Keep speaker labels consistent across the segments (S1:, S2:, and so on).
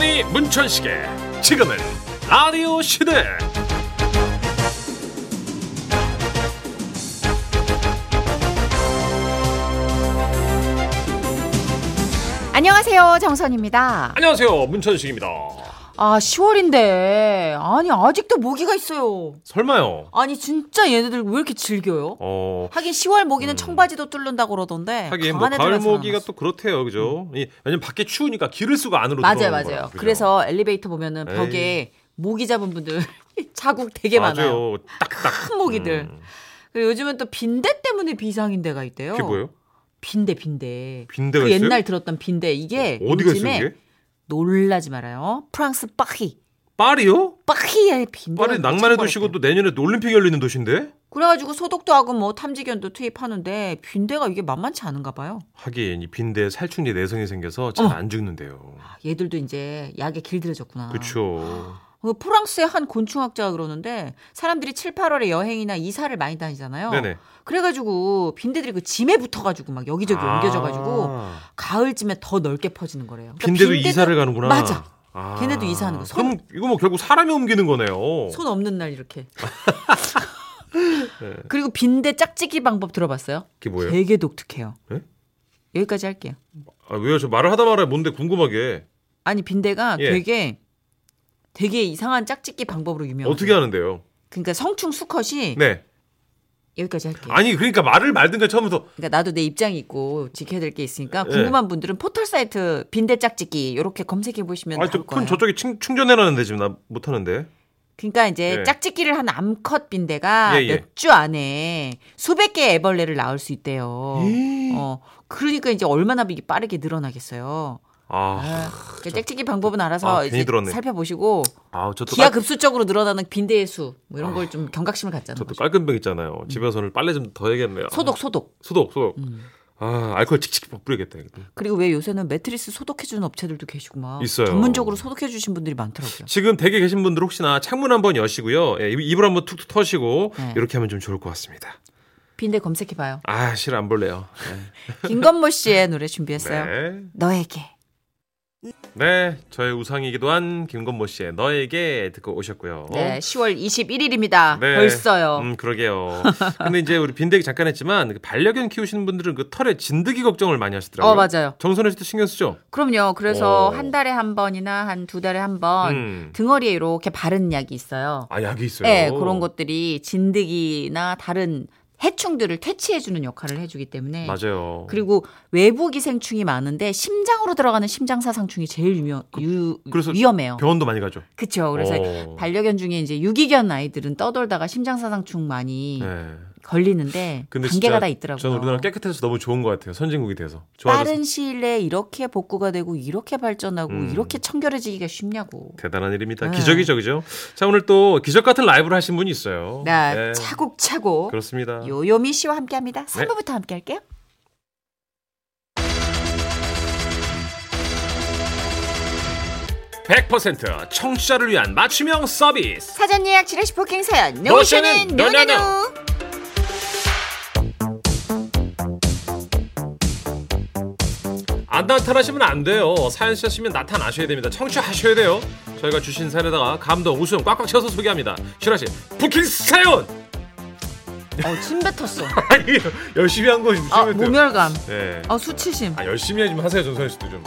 S1: 이 문천식의 지금은 라디오 시대
S2: 안녕하세요 정선입니다.
S1: 안녕하세요 문천식입니다
S2: 아 10월인데 아니 아직도 모기가 있어요.
S1: 설마요
S2: 아니 진짜 얘네들 왜 이렇게 즐겨요?
S1: 어
S2: 하긴 10월 모기는 청바지도 뚫는다 그러던데
S1: 하긴 뭐
S2: 강한 애들만
S1: 가을 모기가
S2: 살아남았어.
S1: 또 그렇대요 그죠 이 왜냐면 밖에 추우니까 기를 수가 안으로
S2: 음. 맞아요
S1: 들어오는
S2: 맞아요.
S1: 거라, 그죠?
S2: 그래서 엘리베이터 보면은
S1: 에이.
S2: 벽에 모기 잡은 분들 자국 되게 많아요.
S1: 맞아요 딱딱
S2: 큰 모기들. 그리고 요즘은 또 빈대 때문에 비상인 데가 있대요.
S1: 그게 뭐예요
S2: 빈대 빈대.
S1: 빈대가
S2: 그
S1: 있어요
S2: 옛날 들었던 빈대 이게
S1: 어디가 있어요
S2: 요즘에
S1: 이게
S2: 놀라지 말아요. 프랑스 파리.
S1: 파리요
S2: 파리에 빈대.
S1: 파리 낭만의 도시고 또 내년에 또 올림픽 열리는 도시인데
S2: 그래가지고 소독도 하고 뭐 탐지견도 투입하는데 빈대가 이게 만만치 않은가 봐요.
S1: 하긴 이 빈대에 살충제 내성이 생겨서 잘 안 죽는데요
S2: 어. 아, 얘들도 이제 약에 길들여졌구나.
S1: 그쵸
S2: 그 프랑스의 한 곤충학자가 그러는데 사람들이 7, 8월에 여행이나 이사를 많이 다니잖아요.
S1: 네네
S2: 그래가지고 빈대들이 그 짐에 붙어가지고 막 여기저기
S1: 아.
S2: 옮겨져가지고 가을쯤에 더 넓게 퍼지는 거래요. 그러니까
S1: 빈대도 이사를 가는구나.
S2: 맞아.
S1: 아.
S2: 걔네도 이사하는 거. 손-
S1: 그럼 이거 뭐 결국 사람이 옮기는 거네요.
S2: 손 없는 날 이렇게. 그리고 빈대 짝짓기 방법 들어봤어요?
S1: 그게 네. 뭐예요?
S2: 되게 독특해요.
S1: 예?
S2: 여기까지 할게요.
S1: 아, 왜요? 저 말을 하다 말아야 뭔데 궁금하게.
S2: 아니 빈대가
S1: 예.
S2: 되게 되게 이상한 짝짓기 방법으로 유명해요.
S1: 어떻게 하는데요?
S2: 그러니까 성충 수컷이
S1: 네.
S2: 여기까지 할게요.
S1: 아니 그러니까 말을 말든가 처음부터
S2: 그러니까 나도 내 입장이 있고 지켜야 될 게 있으니까
S1: 예.
S2: 궁금한 분들은 포털 사이트 빈대 짝짓기 이렇게 검색해 보시면 나올
S1: 아저폰
S2: 거예요.
S1: 저쪽에 충, 충전해라는데 지금 나 못하는데.
S2: 그러니까 이제
S1: 예.
S2: 짝짓기를 한 암컷 빈대가
S1: 예, 예.
S2: 몇 주 안에 수백 개의 애벌레를 낳을 수 있대요.
S1: 예.
S2: 어, 그러니까 이제 얼마나 이게 빠르게 늘어나겠어요.
S1: 아,
S2: 그러니까 짝짓기 방법은 알아서
S1: 아, 괜히
S2: 이제
S1: 들었네.
S2: 살펴보시고
S1: 아 저도 아,
S2: 기하
S1: 깔,
S2: 급수적으로 늘어나는 빈대의 수, 뭐 이런 걸 좀 경각심을 갖자는
S1: 저도
S2: 거죠. 음.
S1: 깔끔병 있잖아요. 집에서는 빨래 좀 더 해야겠네요.
S2: 소독, 음. 소독.
S1: 소독 소독. 아 알코올 칙칙 막 뿌리겠다.
S2: 그리고 왜 요새는 매트리스 소독해주는 업체들도 계시고 막
S1: 있어요.
S2: 전문적으로 소독해주신 분들이 많더라고요.
S1: 지금 댁에 계신 분들 혹시나 창문 한번 여시고요. 예, 이불 한번 툭툭 터시고
S2: 네.
S1: 이렇게 하면 좀 좋을 것 같습니다.
S2: 빈대 검색해봐요.
S1: 아 실 안 볼래요.
S2: 김건모 씨의 노래 준비했어요.
S1: 네.
S2: 너에게.
S1: 네, 저의 우상이기도 한 김건모 씨의 너에게 듣고 오셨고요.
S2: 네, 10월 21일입니다.
S1: 어? 네.
S2: 벌써요. 어,
S1: 음, 그러게요. 근데 이제 우리 빈대기 잠깐 했지만 그 반려견 키우시는 분들은 그 털에 진드기 걱정을 많이 하시더라고요.
S2: 어, 맞아요.
S1: 정선혜 씨도 신경 쓰죠?
S2: 그럼요. 그래서
S1: 오.
S2: 한 달에 한 번이나 한 두 달에 한 번
S1: 음.
S2: 등어리에 이렇게 바른 약이 있어요.
S1: 아, 약이 있어요.
S2: 네, 그런 것들이 진드기나 다른 해충들을 퇴치해주는 역할을 해주기 때문에
S1: 맞아요.
S2: 그리고 외부 기생충이 많은데 심장으로 들어가는 심장사상충이 제일 유명 유-
S1: 그래서
S2: 위험해요.
S1: 병원도 많이 가죠.
S2: 그렇죠. 그래서
S1: 어.
S2: 반려견 중에 이제 유기견 아이들은 떠돌다가 심장사상충 많이
S1: 네.
S2: 걸리는데
S1: 근데
S2: 단계가
S1: 진짜
S2: 다 있더라고요.
S1: 저는 우리나라 깨끗해서 너무 좋은 것 같아요. 선진국이 돼서. 좋아져서.
S2: 빠른 시일 내에 이렇게 복구가 되고 이렇게 발전하고
S1: 음.
S2: 이렇게 청결해지기가 쉽냐고.
S1: 대단한 일입니다.
S2: 네.
S1: 기적이죠, 그죠? 자, 오늘 또 기적 같은 라이브를 하신 분이 있어요.
S2: 나
S1: 네.
S2: 차곡차곡
S1: 그렇습니다.
S2: 요요미 씨와 함께합니다. 3부부터 함께할게요.
S1: 100% 청취자를 위한 맞춤형 서비스.
S2: 사전 예약 지뢰 슈퍼킹 사연
S1: 노션은
S2: 노션은
S1: 노노노.
S2: 노노노
S1: 안 나타나시면 안 돼요. 사연 쓰셨으면 나타나셔야 됩니다. 청취하셔야 돼요. 저희가 주신 사연에다가 감동, 웃음 꽉꽉 채워서 소개합니다. 슈라 씨, 부킹 사연!
S2: 어, 침 뱉었어.
S1: 아니, 열심히 한 거지.
S2: 아, 모멸감.
S1: 네.
S2: 아, 수치심.
S1: 아, 열심히 좀 하세요, 전선 씨도 좀.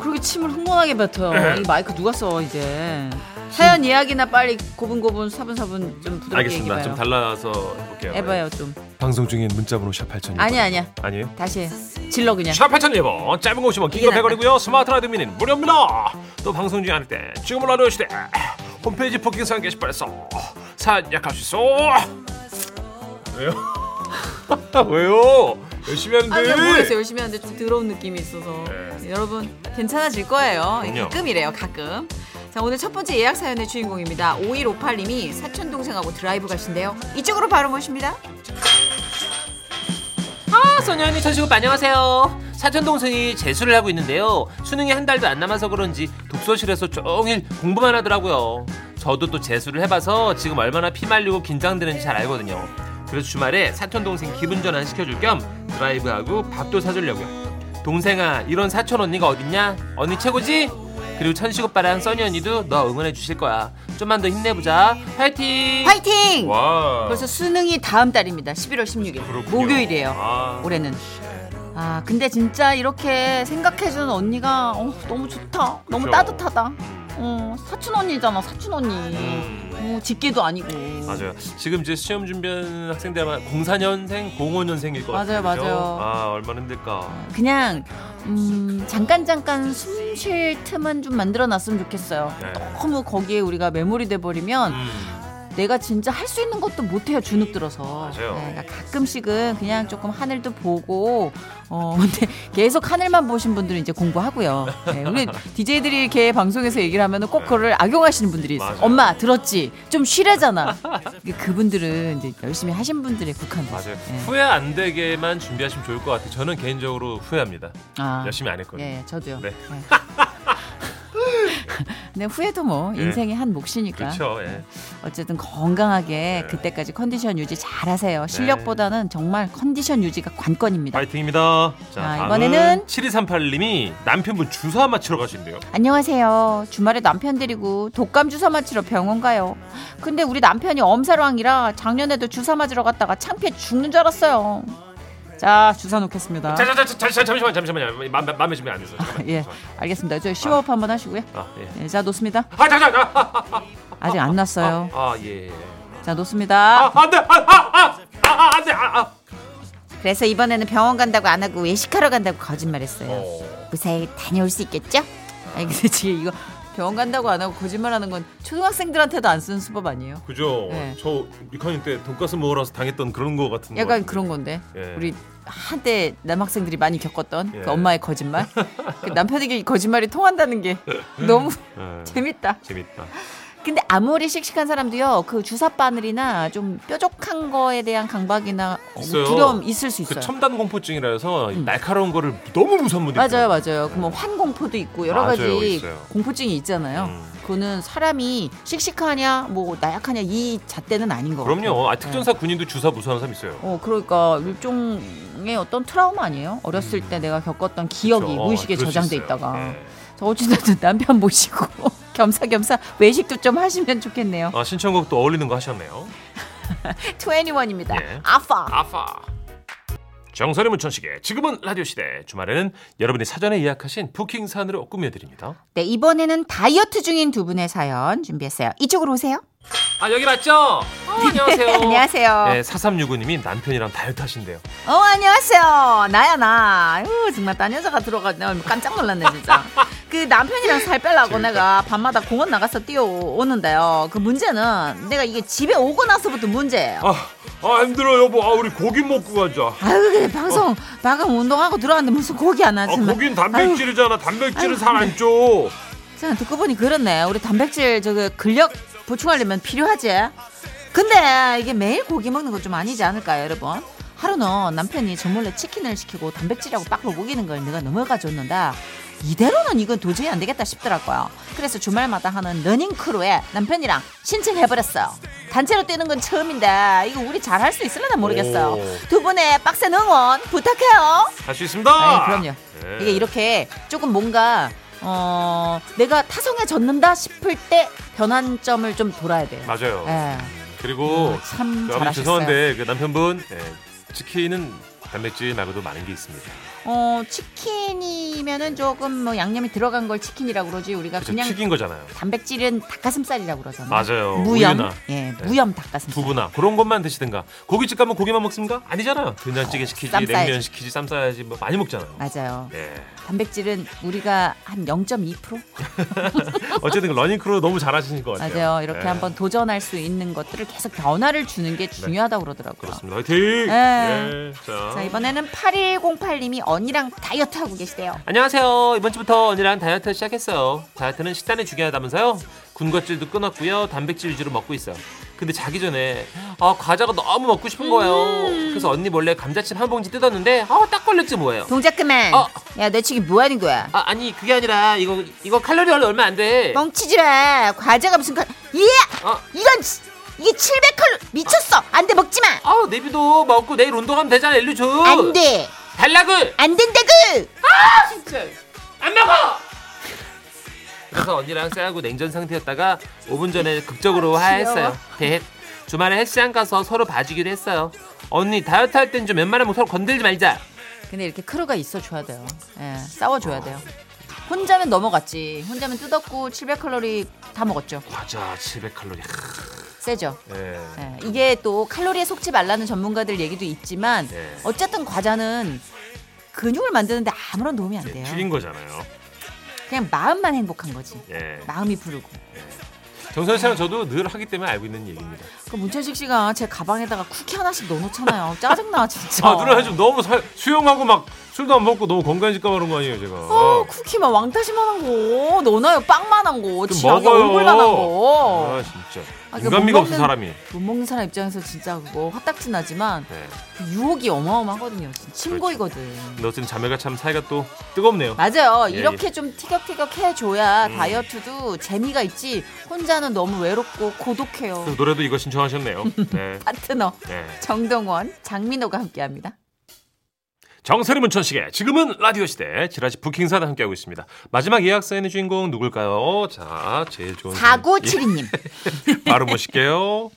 S2: 그렇게 침을 흥건하게
S1: 네.
S2: 뱉어요. 이 마이크 누가 써, 이제. 사연 예약이나 빨리 고분고분 사분사분 좀 부드럽게
S1: 알겠습니다. 좀
S2: 얘기해봐요.
S1: 달라서 해볼게요.
S2: 해봐요, 좀.
S1: 방송 중인 문자번호 샵 8000.
S2: 아니야, 아니야.
S1: 아니에요?
S2: 다시 해. 질러 그냥.
S1: 샵 8000번 짧은 거 50원 긴거 100원이고요 스마트 라디오 미니는 무료입니다 또 방송 중에 아닐 때 지금은 라디오 시대 홈페이지 포킹 사연 게시판에서 사연 약할 수 있어
S2: 아,
S1: 왜요? 왜요? 열심히 하는데
S2: 아니 모르겠어요 열심히 하는데 좀 더러운 느낌이 있어서 여러분 괜찮아질 거예요
S1: 네. 그럼요.
S2: 가끔이래요 가끔 자 오늘 첫 번째 예약 사연의 주인공입니다 5158님이 사촌 동생하고 드라이브 가신대요 이쪽으로 바로 모십니다
S3: 소년 이천식오 안녕하세요. 어? 사촌 동생이 재수를 하고 있는데요. 수능이 한 달도 안 남아서 그런지 독서실에서 종일 공부만 하더라고요. 저도 또 재수를 해봐서 지금 얼마나 피말리고 긴장되는지 잘 알거든요. 그래서 주말에 사촌 동생 기분 전환 시켜줄 겸 드라이브하고 밥도 사주려고요. 동생아 이런 사촌 언니가 어딨냐? 언니 최고지? 그리고 천식 오빠랑 써니 언니도 너 응원해 주실 거야. 좀만 더 힘내보자. 화이팅!
S2: 파이팅!
S1: 네. 와.
S2: 벌써 수능이 다음 달입니다. 11월 16일
S1: 그렇군요.
S2: 목요일이에요.
S1: 아.
S2: 올해는. 아 근데 진짜 이렇게 생각해주는 언니가 어, 너무 좋다. 너무
S1: 그죠.
S2: 따뜻하다. 어, 사춘 언니잖아 사춘 언니.
S1: 음,
S2: 어, 직계도 아니고.
S1: 맞아요.
S3: 지금 이제 시험 준비하는 학생들만 04년생, 05년생일 것 같아요.
S2: 맞아요, 맞아요.
S1: 아 얼마나 힘들까.
S2: 그냥 음, 잠깐 잠깐 숨 쉴 틈은 좀 만들어놨으면 좋겠어요.
S1: 네.
S2: 너무 거기에 우리가 매몰이 돼버리면
S1: 음,
S2: 내가 진짜 할 수 있는 것도 못해요 주눅 들어서
S1: 맞아요.
S2: 그러니까 가끔씩은 그냥 조금 하늘도 보고 어 근데 계속 하늘만 보신 분들은 이제 공부하고요 네, 우리 DJ들이 이렇게 방송에서 얘기를 하면 꼭 그걸 악용하시는 분들이 있어요
S1: 네. 맞아요.
S2: 엄마 들었지 좀 쉬래잖아 그분들은 이제 열심히 하신 분들의 국한 거죠
S1: 맞아요.
S2: 네.
S3: 후회 안 되게만 준비하시면 좋을 것 같아요. 저는 개인적으로 후회합니다.
S2: 아,
S1: 열심히 안 했거든요.
S2: 예 저도요
S1: 네.
S2: 네. 근데 후회도 뭐
S1: 예.
S2: 인생의 한 몫이니까
S1: 그렇죠. 예.
S2: 어쨌든 건강하게
S1: 네.
S2: 그때까지 컨디션 유지 잘하세요. 실력보다는 정말 컨디션 유지가 관건입니다.
S1: 파이팅입니다. 자,
S2: 아,
S1: 다음은
S2: 이번에는
S1: 7238님이 남편분 주사 맞추러 가신대요.
S2: 안녕하세요. 주말에 남편 데리고 독감 주사 맞으러 병원 가요. 근데 우리 남편이 엄살왕이라 작년에도 주사 맞으러 갔다가 창피해 죽는 줄 알았어요. 자 주사 놓겠습니다.
S1: 자, 자, 자, 자, 자, 잠시만, 잠시만요. 마, 마, 마음에 좀안 주세요. 잠깐만,
S2: 예,
S1: 잠깐만.
S2: 알겠습니다. 저 쉬워업 한번 하시고요.
S1: 아, 예.
S2: 예, 자 놓습니다.
S1: 아, 자, 자, 자. 아,
S2: 아직 안 났어요.
S1: 아, 예.
S2: 자 놓습니다.
S1: 아, 안 돼. 아, 아, 아. 아, 아, 안 돼. 아, 아.
S2: 그래서 이번에는 병원 간다고 안 하고 외식하러 간다고 거짓말했어요.
S1: 어.
S2: 무사히 다녀올 수 있겠죠? 아니 근데 지금 이거 병원 간다고 안 하고 거짓말하는 건 초등학생들한테도 안 쓰는 수법 아니에요?
S1: 그죠.
S2: 네.
S1: 저 6학년 때 돈가스 먹으러서 당했던 그런 거 같은 거.
S2: 약간
S1: 같은데.
S2: 그런 건데
S1: 예.
S2: 우리 한때 남학생들이 많이 겪었던
S1: 예.
S2: 그 엄마의 거짓말 그 남편에게 이 거짓말이 통한다는 게 너무
S1: 예.
S2: 재밌다.
S1: 재밌다.
S2: 근데 아무리 씩씩한 사람도요 그 주사 바늘이나 좀 뾰족한 거에 대한 강박이나 어,
S1: 있어요.
S2: 두려움 있을 수
S1: 그
S2: 있어요.
S1: 첨단 공포증이라서 날카로운 거를 너무 무서운 분들.
S2: 음. 맞아요, 맞아요. 그뭐 환공포도 있고 여러
S1: 그러니까. 맞아요,
S2: 가지
S1: 있어요.
S2: 공포증이 있잖아요.
S1: 음.
S2: 그거는 사람이 씩씩하냐, 뭐 나약하냐 이 잣대는 아닌 거 같아요. 네.
S1: 그럼요. 아, 특전사 군인도 주사 무서워하는 사람 있어요.
S2: 어, 그러니까 일종의 어떤 트라우마 아니에요? 어렸을 때 내가 겪었던 기억이
S1: 음. 그렇죠.
S2: 무의식에
S1: 그럴 수
S2: 저장돼
S1: 있어요.
S2: 있다가.
S1: 예.
S2: 저 어찌됐든 남편 모시고 겸사겸사 외식도 좀 하시면 좋겠네요.
S1: 아, 신청곡도 어울리는 거 하셨네요.
S2: 투애니원입니다.
S1: 예.
S2: 아파.
S1: 아파. 정선의 문천식의 지금은 라디오 시대 주말에는 여러분이 사전에 예약하신 부킹 산으로 꾸며드립니다.
S2: 네, 이번에는 다이어트 중인 두 분의 사연 준비했어요. 이쪽으로 오세요.
S3: 아 여기 맞죠? 어, 안녕하세요.
S2: 네. 안녕하세요.
S1: 네, 4365님이 남편이랑 다이어트 하신대요.
S2: 어 안녕하세요 나야 나 으, 정말 딴 여자가 들어가네 깜짝 놀랐네 진짜 그 남편이랑 살 빼려고
S1: 재밌다.
S2: 내가 밤마다 공원 나가서 뛰어오는데요 그 문제는 내가 이게 집에 오고 나서부터 문제예요
S1: 아, 아 힘들어 여보. 아 우리 고기 먹고 가자.
S2: 아유 그래 방송 마감 운동하고 들어왔는데 무슨 고기 안 하지
S1: 아, 고긴 단백질이잖아. 단백질은 살 안 쪄.
S2: 제가 듣고 보니 그렇네 우리 단백질 저거 근력 보충하려면 필요하지 근데 이게 매일 고기 먹는 건 좀 아니지 않을까요 여러분 하루는 남편이 저 몰래 치킨을 시키고 단백질하고 빡로 먹이는 걸 내가 넘어가 줬는데 이대로는 이건 도저히 안 되겠다 싶더라고요 그래서 주말마다 하는 러닝크루에 남편이랑 신청해버렸어요 단체로 뛰는 건 처음인데 이거 우리 잘 할 수 있을려나 모르겠어요
S1: 오.
S2: 두 분의 빡센 응원 부탁해요
S1: 할 수 있습니다.
S2: 아, 그럼요.
S1: 예.
S2: 이게 이렇게 조금 뭔가 어 내가 타성에 젖는다 싶을 때 변환점을 좀 돌아야 돼요.
S1: 맞아요.
S2: 예.
S1: 그리고
S2: 음, 참
S1: 아버님
S2: 잘하셨어요.
S1: 죄송한데 그 남편분 예, 치킨은 단백질 말고도 많은 게 있습니다.
S2: 어 치킨이면은 조금 뭐 양념이 들어간 걸 치킨이라고 그러지 우리가
S1: 그쵸?
S2: 그냥
S1: 튀긴 거잖아요.
S2: 단백질은 닭가슴살이라고 그러잖아요.
S1: 맞아요.
S2: 무염.
S1: 우유나. 네.
S2: 예, 무염 닭가슴살.
S1: 두부나 그런 것만 드시든가 고깃집 가면 고기만 먹습니까? 아니잖아요. 된장찌개 시키지,
S2: 어, 쌈 싸야지.
S1: 냉면 시키지, 쌈 싸야지 뭐 많이 먹잖아요.
S2: 맞아요.
S1: 네.
S2: 단백질은 우리가 한 0.2%
S1: 어쨌든 그 러닝크루 너무 잘하시는 것 같아요.
S2: 맞아요. 이렇게
S1: 네.
S2: 한번 도전할 수 있는 것들을 계속 변화를 주는 게 중요하다고 그러더라고요.
S1: 그렇습니다. 화이팅.
S2: 네.
S1: 예, 자.
S2: 자 이번에는 8108님이 언니랑 다이어트 하고 계시대요.
S3: 안녕하세요. 이번 주부터 언니랑 다이어트 시작했어요. 다이어트는 식단이 중요하다면서요? 군것질도 끊었고요. 단백질 위주로 먹고 있어요. 근데 자기 전에 아 과자가 너무 먹고 싶은 거예요.
S2: 음.
S3: 그래서 언니 몰래 감자칩 한 봉지 뜯었는데 아딱 걸렸지 뭐예요.
S2: 동작 그만.
S3: 어.
S2: 야, 너 지금 뭐 하는 거야?
S3: 아 아니 그게 아니라 이거 이거 칼로리 얼마 안 돼.
S2: 멍치지 마. 과자가 무슨 칼? 이
S3: 어.
S2: 이건 지- 이게 700칼로 미쳤어. 안 돼 먹지 마.
S3: 아 내비도 먹고 내일 운동하면 되잖아 일로 줘.
S2: 안 돼.
S3: 달라고.
S2: 안 된다고.
S3: 안 먹어. 그래서 언니랑 쎄하고 냉전 상태였다가 5분 전에
S2: 아,
S3: 극적으로 화했어요. 대헷. 주말에 헬스장 가서 서로 봐주기로 했어요. 언니 다이어트 할 땐 좀 웬만하면 서로 건들지 말자.
S2: 근데 이렇게 크루가 있어줘야 돼요. 예, 싸워줘야 돼요. 혼자면 넘어갔지. 혼자면 뜯었고 700칼로리 다 먹었죠.
S1: 맞아 700칼로리.
S2: 세죠.
S1: 예.
S2: 예, 이게 또 칼로리에 속지 말라는 전문가들 얘기도 있지만
S3: 예.
S1: 네.
S2: 어쨌든 과자는 근육을 만드는데 아무런 도움이 안
S1: 예,
S2: 돼요.
S1: 튀긴 거잖아요.
S2: 그냥 마음만 행복한 거지.
S1: 예.
S2: 마음이 부르고.
S1: 정선 씨랑 저도 늘 하기 때문에 알고 있는 얘기입니다.
S2: 그 문철식 씨가 제 가방에다가 쿠키 하나씩 넣어놓잖아요. 짜증나 진짜.
S1: 아 누나 요즘 너무 살, 수영하고 막 술도 안 먹고 너무 건강해질까 말한 거 아니에요 제가.
S2: 어, 쿠키만 왕따시만한 거 넣어놔요. 빵만한 거.
S1: 좀
S2: 지하게
S1: 먹어요.
S2: 얼굴만한 거.
S1: 아 진짜.
S2: 아, 그못
S1: 인간미가 없어
S2: 먹는-
S1: 사람이.
S2: 못 먹는 사람 입장에서 진짜 그거 화딱지 나지만
S1: 네.
S2: 그 유혹이 어마어마하거든요. 진짜
S1: 그렇죠.
S2: 침고이거든.
S1: 근데 어쨌든 자매가 참 사이가 또 뜨겁네요.
S2: 맞아요.
S1: 예, 음.
S2: 이렇게 좀 티격태격 해줘야 다이어트도 재미가 있지. 혼자는 너무 외롭고 고독해요.
S1: 그래서 노래도 이거 신청하셨네요. 네.
S2: 파트너
S1: 네.
S2: 정동원, 장민호가 함께합니다.
S1: 예. 정세리 문천식의 지금은 라디오 시대 지라시 부킹사단 함께하고 있습니다. 마지막 예약사연의 주인공 누굴까요? 자 제일 좋은 사연.
S2: 4972님.
S1: 예, 바로 모실게요.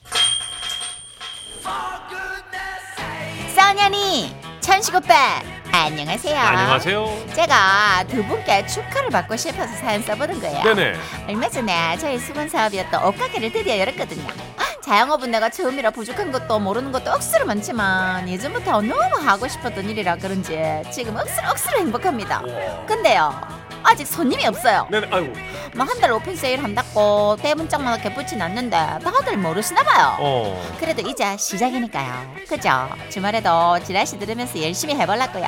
S2: 써년이, 천식 오빠, 안녕하세요.
S1: 안녕하세요.
S2: 제가 두 분께 축하를 받고 싶어서 사연 써보는 거예요.
S1: 네네.
S2: 얼마 전에 저희 수분 사업이었던 옷가게를 드디어 열었거든요. 자영업은 내가 처음이라 부족한 것도 모르는 것도 억수로 많지만 예전부터 너무 하고 싶었던 일이라 그런지 지금 억수로 억수로 행복합니다. 근데요. 아직 손님이 없어요.
S1: 네네. 아이고.
S2: 막 한 달 오픈 세일 한다고 대문짝만 이렇게 붙이는 않는데 다들 모르시나 봐요.
S1: 어.
S2: 그래도 이제 시작이니까요. 그죠? 주말에도 지라시 들으면서 열심히 해보려고요.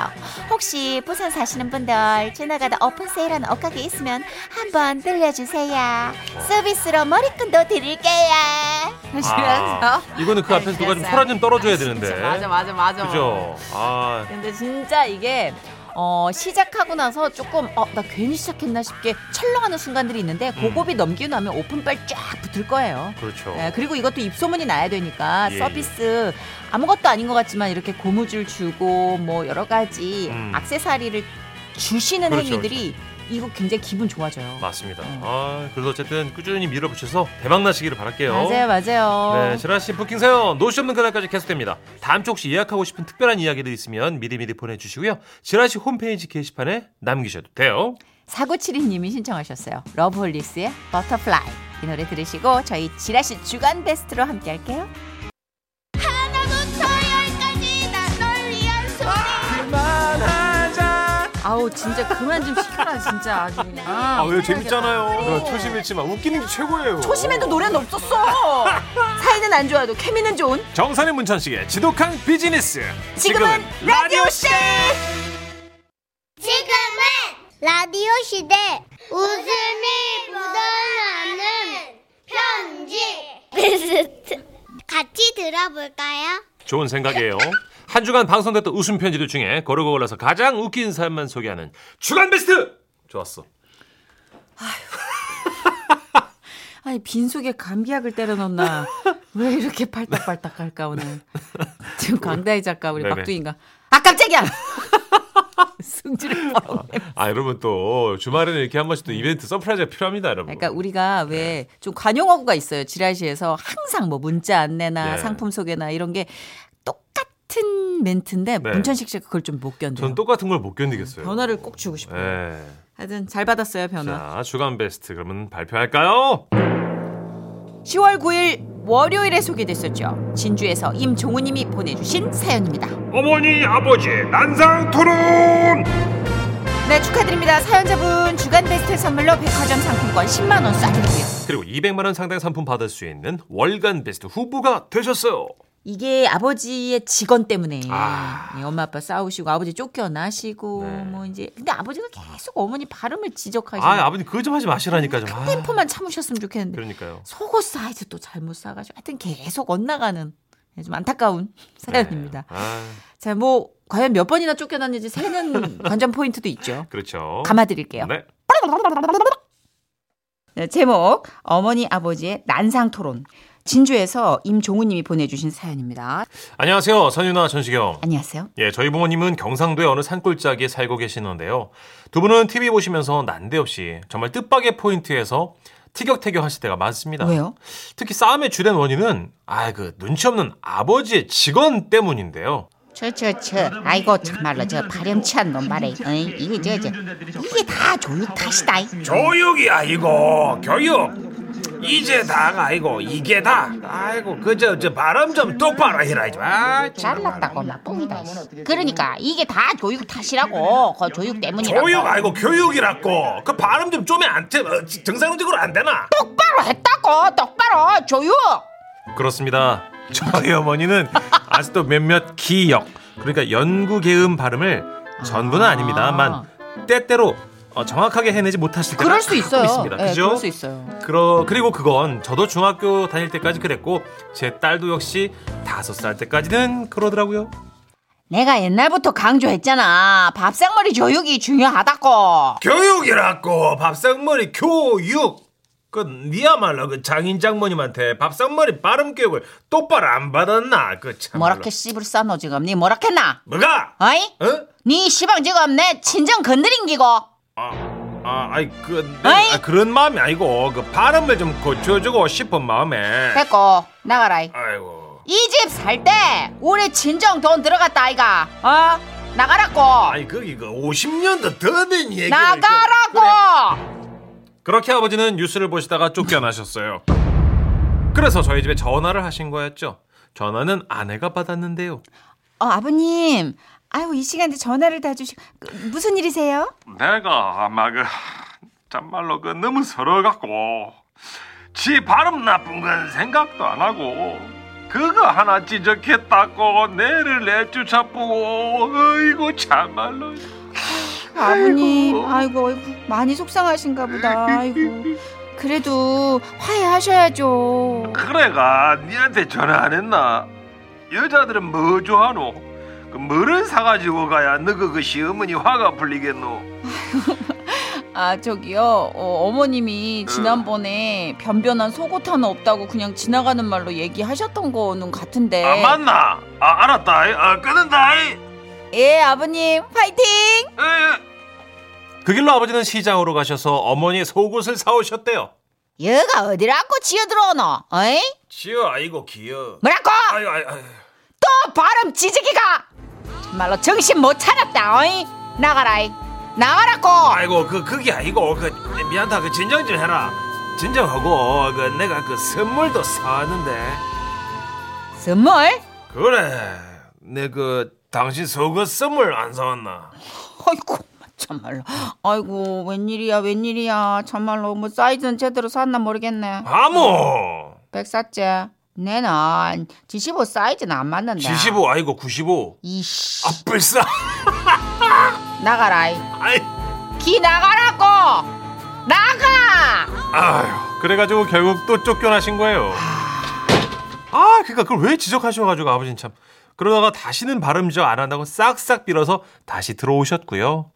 S2: 혹시 부산 사시는 분들 지나가다 오픈 세일하는 옷가게 있으면 한번 들려주세요. 서비스로 머리끈도 드릴게요.
S1: 아,
S2: 하시면서 네,
S1: 이거는 그 앞에서 누가 좀 소라 좀 떨어줘야 되는데.
S2: 맞아 맞아 맞아.
S1: 그죠? 아,
S2: 근데 진짜 이게 어, 시작하고 나서 조금 어, 나 괜히 시작했나 싶게 철렁하는 순간들이 있는데
S1: 음.
S2: 고곱이 넘기고 나면 오픈빨 쫙 붙을 거예요.
S1: 그렇죠.
S2: 네, 그리고 이것도 입소문이 나야 되니까
S1: 예,
S2: 서비스 아무것도 아닌 것 같지만 이렇게 고무줄 주고 뭐 여러 가지
S1: 음.
S2: 악세사리를 주시는
S1: 그렇죠,
S2: 행위들이 이거 굉장히 기분 좋아져요.
S1: 맞습니다.
S2: 음.
S1: 아, 그래서 어쨌든 꾸준히 밀어붙여서 대박 나시기를 바랄게요.
S2: 맞아요, 맞아요.
S1: 네, 지라 씨 부킹 사연 노시 없는 그날까지 계속됩니다. 다음 주 혹시 예약하고 싶은 특별한 이야기들 있으면 미리미리 보내주시고요. 지라 씨 홈페이지 게시판에 남기셔도 돼요.
S2: 사고칠이님이 신청하셨어요. 러브홀릭스의 버터플라이 이 노래 들으시고 저희 지라시 주간 베스트로 함께할게요. 아우 진짜 그만 좀 시켜라 진짜 아주 그냥. 아,
S1: 네. 초심했지만 웃기는 게 최고예요.
S2: 초심에도 노래는 없었어. 사이는 안 좋아도 케미는 좋은
S1: 정선의 문천식의 지독한 비즈니스.
S2: 지금은 라디오 씨.
S4: 지금은 라디오 시대 웃음이 묻어나는 편지 베스트 같이 들어볼까요?
S1: 좋은 생각이에요. 한 주간 방송됐던 웃음 편지들 중에 거르고 올라서 가장 웃긴 사연만 소개하는 주간 베스트. 좋았어.
S2: 아니 빈속에 감기약을 때려 넣나? 왜 이렇게 팔딱팔딱 할까 오늘? 지금 강다희 작가 우리
S1: 어, 네네.
S2: 박두인가? 아 깜짝이야. 승질을 어
S1: 아 여러분 또 주말에는 이렇게 한 번씩 또 이벤트 서프라이즈가 필요합니다, 여러분.
S2: 그러니까 우리가 왜
S1: 네.
S2: 좀 관용어구가 있어요. 지라시에서 항상 뭐 문자 안내나
S1: 네.
S2: 상품 소개나 이런 게 똑같은 멘트인데
S1: 네.
S2: 문천식 씨가 그걸 좀 못 견뎌요.
S1: 전 똑같은 걸 못 견디겠어요.
S2: 변화를 꼭 주고 싶어요.
S1: 예.
S2: 하여튼 잘 받았어요 변화.
S1: 자 주간 베스트 그러면 발표할까요?
S2: 10월 9일 월요일에 소개됐었죠. 진주에서 임종우님이 보내주신 사연입니다.
S1: 어머니 아버지 난상 토론.
S2: 네 축하드립니다. 사연자분 주간 베스트 선물로 백화점 상품권 10만 원 쏴드리고요.
S1: 그리고 200만 원 상당 상품 받을 수 있는 월간 베스트 후보가 되셨어요.
S2: 이게 아버지의 직원 때문에
S1: 아.
S2: 예, 엄마 아빠 싸우시고 아버지 쫓겨나시고
S1: 네.
S2: 뭐 이제 근데 아버지가 계속 어머니 발음을 지적하시고
S1: 아 아버님 그거 좀 하지 마시라니까 좀. 아,
S2: 템포만 참으셨으면 좋겠는데
S1: 그러니까요.
S2: 속옷 사이즈도 잘못 사가지고 하여튼 계속 엇나가는 예, 좀 안타까운 사연입니다.
S1: 네. 아
S2: 자 뭐 과연 몇 번이나 쫓겨났는지 세는 관전 포인트도 있죠.
S1: 그렇죠.
S2: 감아드릴게요.
S1: 네.
S2: 네, 제목 어머니 아버지의 난상 토론.
S5: 진주에서 임종우님이 보내주신 사연입니다.
S1: 안녕하세요. 선윤아, 전시경.
S5: 안녕하세요.
S1: 예, 저희 부모님은 경상도의 어느 산골짜기에 살고 계시는데요. 두 분은 TV 보시면서 난데없이 정말 뜻밖의 포인트에서 티격태격 하실 때가 많습니다.
S5: 왜요?
S1: 특히 싸움의 주된 원인은 아 그 눈치 없는 아버지의 직원 때문인데요.
S5: 저 저 저 아이고 참말로 저 발염치한 놈 말해 어이, 이거 저 저 이게 다 조유 탓이다
S1: 교육이야 이거 교육. 이제 다 아이고 이게 다 아이고 그저 저 발음 좀 똑바로 해라 이제. 아,
S5: 잘났다고 나쁩니다 그러니까 이게 다 교육 탓이라고 그 교육 때문이라고
S1: 아이고 교육이라고 그 발음 좀 쪼면 안 돼. 어, 정상적으로 안 되나?
S5: 똑바로 했다고 똑바로 조육
S1: 그렇습니다. 저희 어머니는 아직도 몇몇 기역 그러니까 연구개음 발음을 전부는
S5: 아.
S1: 아닙니다만 때때로 어, 정확하게 해내지 못하실 때가
S5: 그럴 수
S1: 가끔
S5: 있어요
S1: 있습니다.
S5: 예,
S1: 그죠?
S5: 그럴 수 있어요
S1: 그러, 그리고 그건 저도 중학교 다닐 때까지 그랬고 제 딸도 역시 다섯 살 때까지는 그러더라고요.
S5: 내가 옛날부터 강조했잖아 밥상머리 조육이 중요하다고
S1: 교육이라고 밥상머리 교육. 그 니야말로 그 장인 장모님한테 밥상머리 발음 교육을 똑바로 안 받았나 그 참.
S5: 뭐라케 씹을 싸노 지금 니 뭐라케 나
S1: 뭐가?
S5: 어이?
S1: 어?
S5: 니 시방 지금 내 친정 건드린 기고
S1: 아, 아, 아이 그
S5: 아이.
S1: 아, 그런 마음이 아니고 그 발음을 좀 고쳐주고 싶은 마음에.
S5: 됐고 나가라
S1: 아이고.
S5: 이 집 살 때 우리 친정 돈 들어갔다 아이가 어 나가라고
S1: 아니 거기 그 50년도 더 된 얘기.
S5: 나가라고
S1: 그렇게 아버지는 뉴스를 보시다가 쫓겨나셨어요. 그래서 저희 집에 전화를 하신 거였죠. 전화는 아내가 받았는데요.
S5: 어 아버님 아유 이 시간에 전화를 다 주시 그, 무슨 일이세요
S6: 내가 아마 그 참말로 그 너무 서러 갖고 지 발음 나쁜 건 생각도 안 하고 그거 하나 지적했다고 내를 내쫓아보고 어이구 참말로
S5: 아버님 아이고 아이고 많이 속상하신가 보다 아이고 그래도 화해하셔야죠
S6: 그래가 니한테 전화 안 했나 여자들은 뭐 좋아하노 그 뭐를 사가지고 가야 너그 그 시어머니 화가 풀리겠노
S5: 아 저기요 어, 어머님이 지난번에 변변한 속옷 하나 없다고 그냥 지나가는 말로 얘기하셨던 거는 같은데
S6: 아 맞나 아 알았다 아 끊는다 에이 예,
S5: 예 아버님 파이팅
S6: 에이.
S1: 그 길로 아버지는 시장으로 가셔서 어머니의 속옷을 사오셨대요.
S5: 여가 어디라고 지어들어오노? 어이?
S1: 지어 아이고 귀여.
S5: 뭐라고?
S1: 아유 아유 아유.
S5: 또 발음 지지기가! 정말로 정신 못 차렸다, 어이? 나가라이. 나가라고!
S1: 아이고 그 그게 아니고 그 미안다 그 진정 좀 해라 진정하고 그 내가 그 선물도 사왔는데
S5: 선물?
S1: 그래 내 그 당신 속옷 선물 안 사왔나
S5: 아이고, 참말로. 아이고, 웬일이야, 웬일이야. 참말로, 뭐, 사이즈는 제대로 샀나 모르겠네.
S1: 아무
S5: 백사째. 내는 G15 사이즈는 안 맞는다.
S1: 75 아이고 95
S5: 이씨.
S1: 아뿔싸
S5: 나가라이.
S1: 아이
S5: 기 나가라고! 나가!
S1: 아휴 그래가지고 결국 또 쫓겨나신 거예요 아 그니까 그걸 왜 지적하셔가지고 아버진 참 그러다가 다시는 발음 지적 안 한다고 싹싹 빌어서 다시 들어오셨고요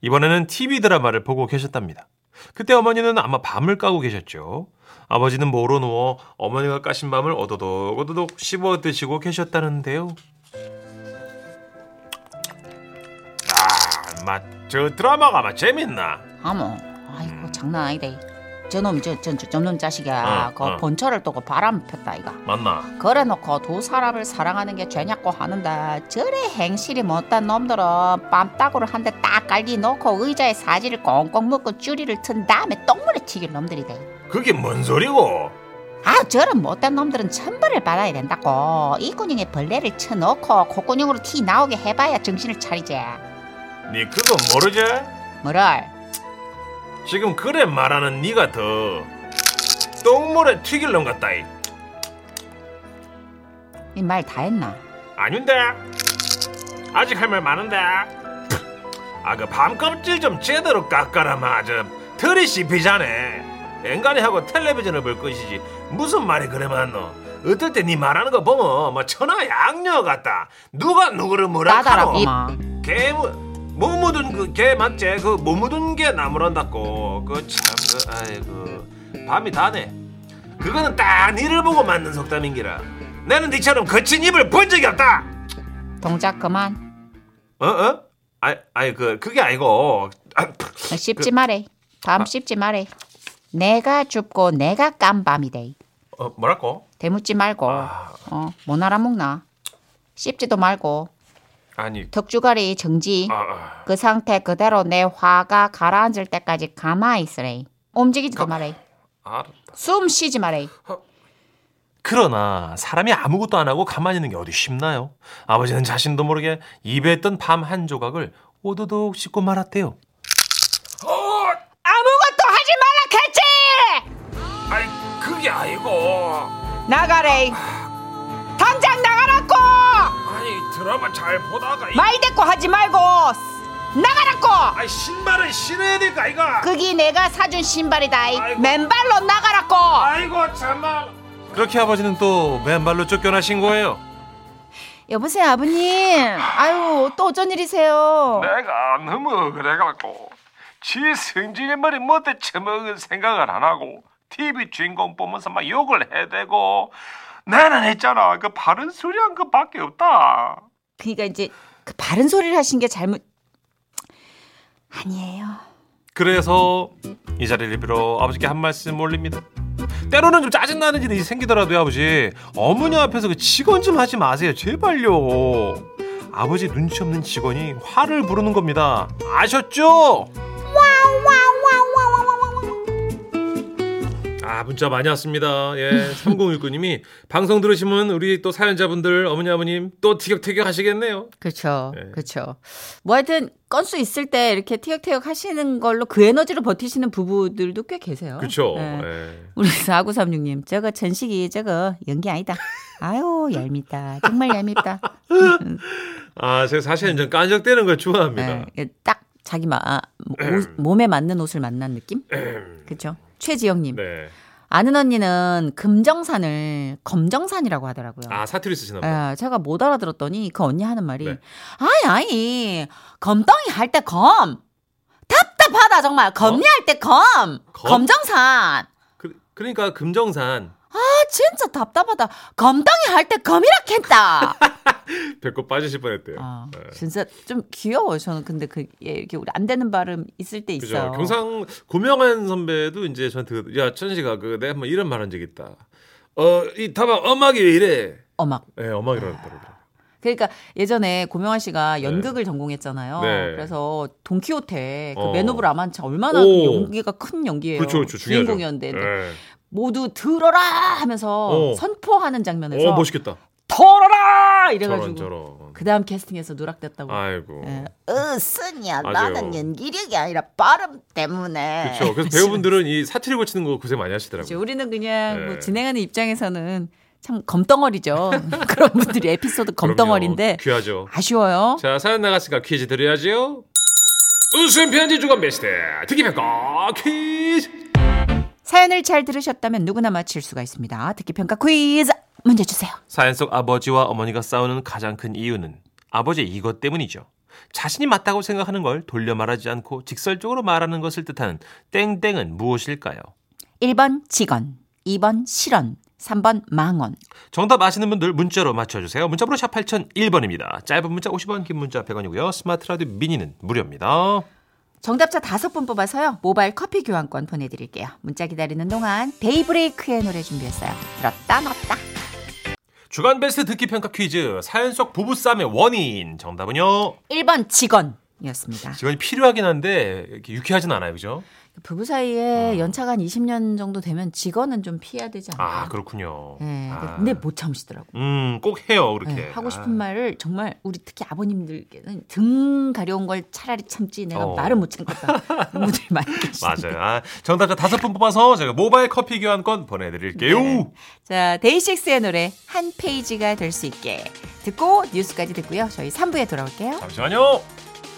S1: 이번에는 TV 드라마를 보고 계셨답니다 그때 어머니는 아마 밤을 까고 계셨죠 아버지는 모로 누워 어머니가 까신 밤을 어도독 어도독 씹어 드시고 계셨다는데요 아, 맛, 저 드라마가 막 재밌나?
S5: 아모 아이고 장난 아니다 이. 저놈이 저저놈 자식이야
S1: 어,
S5: 그
S1: 어.
S5: 본처를 두고 바람 폈다 이가
S1: 맞나?
S5: 그래놓고 두 사람을 사랑하는 게 죄냐고 하는데 저래 행실이 못한 놈들은 뺨따구를 한 대 딱 깔리 놓고 의자에 사지를 꽁꽁 묶고 줄이를 튼 다음에 똥물에 튀길 놈들이대
S1: 그게 뭔 소리고?
S5: 아 저런 못된 놈들은 천벌을 받아야 된다고 이구녕에 벌레를 쳐놓고 콧구녕으로 티 나오게 해봐야 정신을 차리지
S1: 니 그거 모르지?
S5: 뭐랄
S1: 지금 그래 말하는 니가 더 똥물에 튀길 놈 같다이
S5: 이 말 다 했나
S1: 아닌데 아직 할 말 많은데 아 그 밤껍질 좀 제대로 깎아라마 저 털이 씹히자네 앵간히 하고 텔레비전을 볼 것이지 무슨 말이 그래 많노 어떨 때 니 말하는 거 보면 뭐 천하 양녀 같다 누가 누구를 뭐라
S5: 따다라
S1: 카노
S5: 이
S1: 개뭐 묻은 그 개 맞지 그뭐 묻은 게 나무란다고 그 참 그 아이고 밤이 다네
S3: 그거는 딱 니를 보고 맞는 속담인기라 나는 니처럼 거친 입을 본 적이 없다
S5: 동작 그만
S3: 어? 어? 아, 아니 그 그게 아니고 아,
S5: 어, 씹지 말해 밤 씹지 말해 내가 춥고 내가 깐 밤이 돼
S3: 어, 뭐랄까?
S5: 대묻지 말고
S1: 아.
S5: 어, 못 알아먹나 씹지도 말고
S3: 아니
S5: 턱주가리 정지
S3: 아, 아.
S5: 그 상태 그대로 내 화가 가라앉을 때까지 가만히 있으래 움직이지도 말해
S3: 알았다.
S5: 숨 쉬지 말해
S1: 아. 그러나 사람이 아무것도 안 하고 가만히 있는 게 어디 쉽나요? 아버지는 자신도 모르게 입에 있던 밤 한 조각을 오도독 씻고 말았대요.
S5: 아무것도 하지 말라 했지
S3: 아니 그게 아니고
S5: 나가래 당장 나가라고
S3: 아니 드라마 잘 보다가 이
S5: 말 대꾸 하지 말고 나가라고
S3: 아니 신발을 신어야 될거 아이가
S5: 그게 내가 사준 신발이다
S3: 아이고.
S5: 맨발로 나가라고
S3: 아이고 참말
S1: 그렇게 아버지는 또 맨발로 쫓겨나신 거예요.
S2: 여보세요 아버님. 아유 또 어쩐 일이세요?
S3: 네.
S6: 내가 너무 그래갖고 지 성질 머리 못해 처먹은 생각을 안 하고 TV 주인공 보면서 막 욕을 해대고 나는 했잖아 그 바른 소리한 것밖에 없다
S2: 그러니까 이제 그 바른 소리를 하신 게 잘못 아니에요.
S1: 그래서 이 자리를 빌어 아버지께 한 말씀 올립니다. 때로는 좀 짜증나는 일이 생기더라도요, 아버지. 어머니 앞에서 그 직원 좀 하지 마세요. 제발요. 아버지 눈치 없는 직원이 화를 부르는 겁니다. 아셨죠? 아, 문자 많이 왔습니다. 예, 3069님이 방송 들으시면 우리 또 사연자분들, 어머니, 아버님 또 티격태격 하시겠네요.
S2: 그렇죠.
S1: 예.
S2: 그렇죠. 뭐 하여튼 건수 있을 때 이렇게 티격태격 하시는 걸로 그 에너지로 버티시는 부부들도 꽤 계세요.
S1: 그쵸?
S2: 예.
S1: 예.
S2: 우리 4936님, 저거 전식이 저거 연기 아니다. 아유, 얄밉다. 정말 얄밉다.
S1: 아, 제가 사실은 좀 깐적대는 걸 좋아합니다.
S2: 예, 예, 딱 자기 마, 아, 모- 옷- 몸에 맞는 옷을 만난 느낌?
S1: 음.
S2: 그렇죠. 최지영님.
S1: 네.
S2: 아는 언니는 금정산을 검정산이라고 하더라고요.
S1: 아 사투리 쓰시나 봐요.
S2: 예, 제가 못 알아들었더니 그 언니 하는 말이
S1: 네.
S2: 아이 아이 검덩이 할 때 검. 답답하다 정말 검리 할 때 검.
S1: 어? 검?
S2: 검정산.
S1: 그, 러니까 금정산
S2: 아 진짜 답답하다. 검덩이 할 때 검이라 했다.
S1: 배꼽 빠지실 뻔했대요.
S2: 아,
S1: 네.
S2: 진짜 좀 귀여워요. 저는 근데 그 예, 이렇게 우리 안 되는 발음 있을 때
S1: 그죠.
S2: 있어요.
S1: 경상 고명한 선배도 이제 저한테 그- 야 천식아 그 내가 한번 이런 말 한 적 있다. 어이 다방 엄하게 왜 이래?
S2: 어막.
S1: 예,
S2: 아,
S1: 엄하게라고 했더라고요.
S2: 그러니까 예전에 고명환 씨가 연극을 전공했잖아요.
S1: 네.
S2: 그래서 돈키호테 그
S1: 어.
S2: 맨오브 라만차 얼마나
S1: 오.
S2: 그 연기가 큰 연기예요.
S1: 그렇죠, 그렇죠. 중요하죠.
S2: 주인공이었는데
S1: 예.
S2: 모두 들어라 하면서
S1: 어.
S2: 선포하는 장면에서
S1: 어 멋있겠다.
S2: 털어라 이래가지고
S1: 저런 저런.
S2: 그다음 캐스팅에서 누락됐다고.
S1: 아이고.
S2: 예.
S5: 으쓰냐
S1: 맞아요. 나는
S5: 연기력이 아니라 발음 때문에
S1: 그렇죠. 그래서 배우분들은 이 사투리 고치는 거 고생 많이
S2: 이제
S1: 하시더라고요.
S2: 그렇죠. 우리는 그냥
S1: 예.
S2: 뭐 진행하는 입장에서는 참 검덩어리죠. 그런 분들이 에피소드 검덩어리인데
S1: 그럼요. 귀하죠.
S2: 아쉬워요.
S1: 자 사연 나갔으니까 퀴즈 드려야지요. 웃음 편지 주간 베스트 특기평가 퀴즈.
S2: 사연을 잘 들으셨다면 누구나 맞힐 수가 있습니다. 듣기 평가 퀴즈 문제 주세요.
S1: 사연 속 아버지와 어머니가 싸우는 가장 큰 이유는 아버지 이것 때문이죠. 자신이 맞다고 생각하는 걸 돌려 말하지 않고 직설적으로 말하는 것을 뜻하는 땡땡은 무엇일까요?
S2: 1번 직원, 2번 실언, 3번 망언.
S1: 정답 아시는 분들 문자로 맞춰주세요. 문자번호 샵 8001번입니다. 짧은 문자 50원, 긴 문자 100원이고요. 스마트 라디오 미니는 무료입니다.
S2: 정답자 다섯 분 뽑아서요. 모바일 커피 교환권 보내드릴게요. 문자 기다리는 동안 데이브레이크의 노래 준비했어요. 들었다 놨다.
S1: 주간 베스트 듣기 평가 퀴즈 사연 속 부부싸움의 원인 정답은요.
S2: 1번 직원이었습니다.
S1: 직원이 필요하긴 한데 이렇게 유쾌하진 않아요, 그죠?
S2: 부부 사이에 연차가 한 20년 정도 되면 직원은 좀 피해야 되지 않나요?
S1: 어. 아 그렇군요.
S2: 네,
S1: 아.
S2: 근데 못 참으시더라고요.
S1: 음꼭 해요 그렇게
S2: 네, 하고
S1: 아.
S2: 싶은 말을 정말 우리 특히 아버님들께는 등 가려운 걸 차라리 참지 내가
S1: 어.
S2: 말을 못 참겠다 그런 분들이 많이 계시죠.
S1: 맞아요. 아, 정답자 다섯 분 뽑아서 제가 모바일 커피 교환권 보내드릴게요.
S2: 네. 자 데이식스의 노래 한 페이지가 될 수 있게 듣고 뉴스까지 듣고요. 저희 3부에 돌아올게요.
S1: 잠시만요.